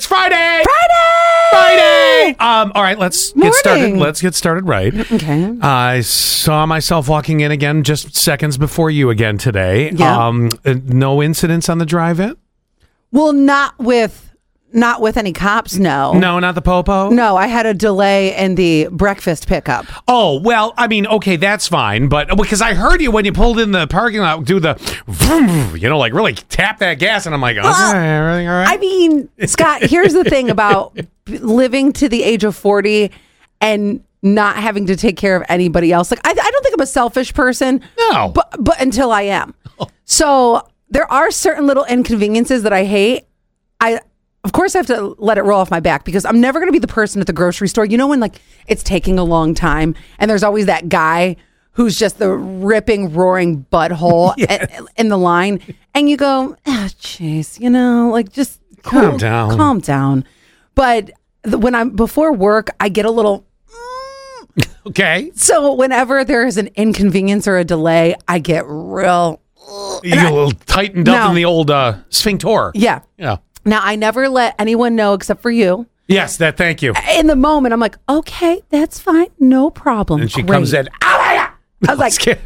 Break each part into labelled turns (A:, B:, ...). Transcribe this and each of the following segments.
A: Friday.
B: Friday!
A: Um, all right, let's
B: Morning.
A: get started. Let's get started right.
B: Okay.
A: I saw myself walking in again just seconds before you again today.
B: Yeah.
A: Um, uh, no incidents on the drive in?
B: Well, not with not with any cops. No.
A: No, not the popo?
B: No, I had a delay in the breakfast pickup.
A: Oh, well, I mean, okay, that's fine. But because I heard you when you pulled in the parking lot do the, vroom, you know, like really tap that gas. And I'm like, okay, everything all right?
B: I mean, Scott, here's the thing about b- living to the age of 40 and not having to take care of anybody else. Like, I, I don't think I'm a selfish person.
A: No.
B: But, but until I am. So there are certain little inconveniences that I hate. I, of course, I have to let it roll off my back because I'm never going to be the person at the grocery store. You know, when like it's taking a long time and there's always that guy who's just the ripping, roaring butthole a- in the line. And you go, oh, jeez, you know, like just
A: Calm down.
B: Calm down. But the, when I'm before work, I get a little.
A: okay.
B: So whenever there is an inconvenience or a delay, I get real.
A: You get a little tightened up
B: No.
A: in the old uh, sphincter.
B: Yeah.
A: Yeah.
B: Now, I never let anyone know except for you.
A: Yes, that, thank you.
B: in the moment, I'm like, okay, that's fine, no problem.
A: And she
B: Great. Oh,
A: comes in, "Ah,
B: I was like,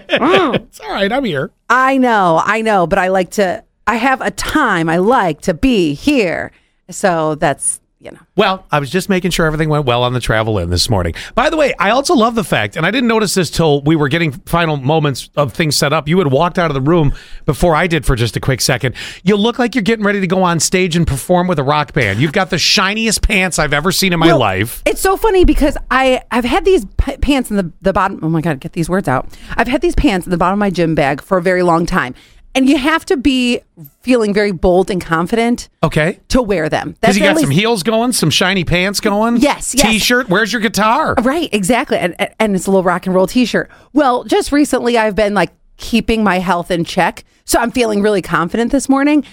A: it's all right, I'm here.
B: I know, I know, but I like to. I have a time I like to be here, so that's you know.
A: Well, I was just making sure everything went well on the travel in this morning. By the way, I also love the fact, and I didn't notice this till we were getting final moments of things set up. You had walked out of the room before I did for just a quick second. You look like you're getting ready to go on stage and perform with a rock band. You've got the shiniest pants I've ever seen in my
B: Well,
A: life.
B: It's so funny because I I've had these p- pants in the the bottom. Oh my god, get these words out. I've had these pants in the bottom of my gym bag for a very long time, and you have to be feeling very bold and confident
A: Okay.
B: to wear them.
A: Because you
B: the
A: got
B: only-
A: some heels going, some shiny pants going.
B: Yes, yes.
A: T-shirt. Where's your guitar?
B: Right, exactly. And, and- and it's a little rock and roll t shirt. Well, just recently I've been like keeping my health in check. So I'm feeling really confident this morning.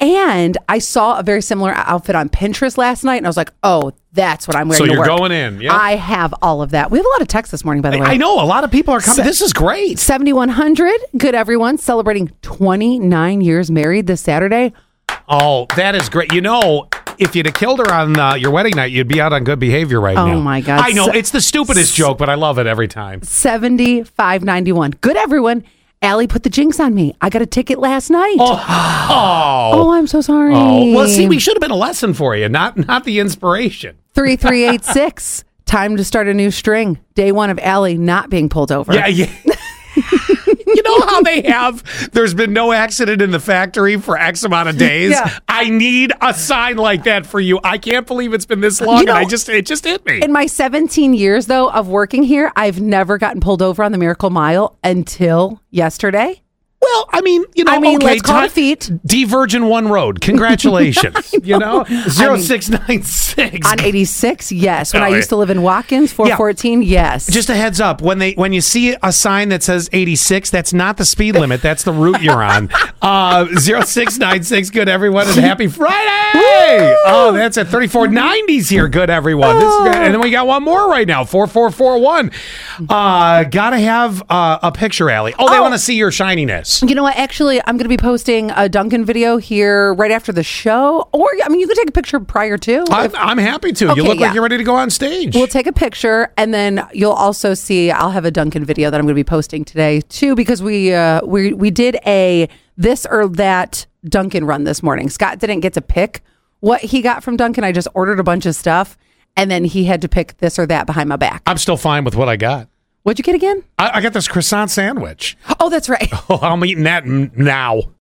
B: And I saw a very similar outfit on Pinterest last night. And I was like, oh, that's what I'm wearing.
A: So
B: to
A: you're
B: work.
A: going in, yep.
B: I have all of that. We have a lot of texts this morning, by the way.
A: I know a lot of people are coming. this is great.
B: 7,100. Good, everyone. Celebrating 29 years married this Saturday.
A: Oh, that is great. You know, if you'd have killed her on uh, your wedding night, you'd be out on good behavior right
B: Oh
A: now.
B: my God.
A: I know
B: So-
A: it's the stupidest joke, but I love it every time.
B: 7591. Good, everyone. Allie put the jinx on me. I got a ticket last night. Oh,
A: Oh,
B: I'm so sorry.
A: oh. well, see, we should have been a lesson for you, not not the inspiration.
B: 3386. Time to start a new string. Day one of Allie not being pulled over.
A: Yeah, yeah. you know how they have. There's been no accident in the factory for X amount of days.
B: Yeah.
A: I need a sign like that for you. I can't believe it's been this long,
B: You know-
A: and I just it just hit me.
B: In my 17 years, though, of working here, I've never gotten pulled over on the Miracle Mile until yesterday.
A: Well, I mean, you know,
B: I mean,
A: Oh, okay,
B: let's call it
A: time-
B: a feat.
A: Divergent one road. Congratulations. you know, zero six nine six.
B: On 86, yes. When
A: Oh,
B: I
A: yeah.
B: used to live in Watkins, 414, yes.
A: Just a heads up when they when you see a sign that says 86, that's not the speed limit. That's the route you're on. uh, zero six nine six. Good everyone, and happy Friday. Oh, that's at thirty four nineties here. Good everyone. This is good. And then we got one more right now. Four four four one. Uh, gotta have uh, a picture, Allie. Oh, they want to see your shininess.
B: You know what? Actually, I'm going to be posting a Duncan video here right after the show. Or, I mean, you can take a picture prior to.
A: I'm, I'm happy to.
B: Okay,
A: you look
B: yeah.
A: like you're ready to go on stage.
B: We'll take a picture, and then you'll also see. I'll have a Duncan video that I'm going to be posting today too, because we uh, we we did a this or that Duncan run this morning. Scott didn't get to pick what he got from Duncan. I just ordered a bunch of stuff, and then he had to pick this or that behind my back.
A: I'm still fine with what I got.
B: What'd you get again?
A: I, I got this croissant sandwich.
B: Oh, that's right.
A: Oh, I'm eating that n- now.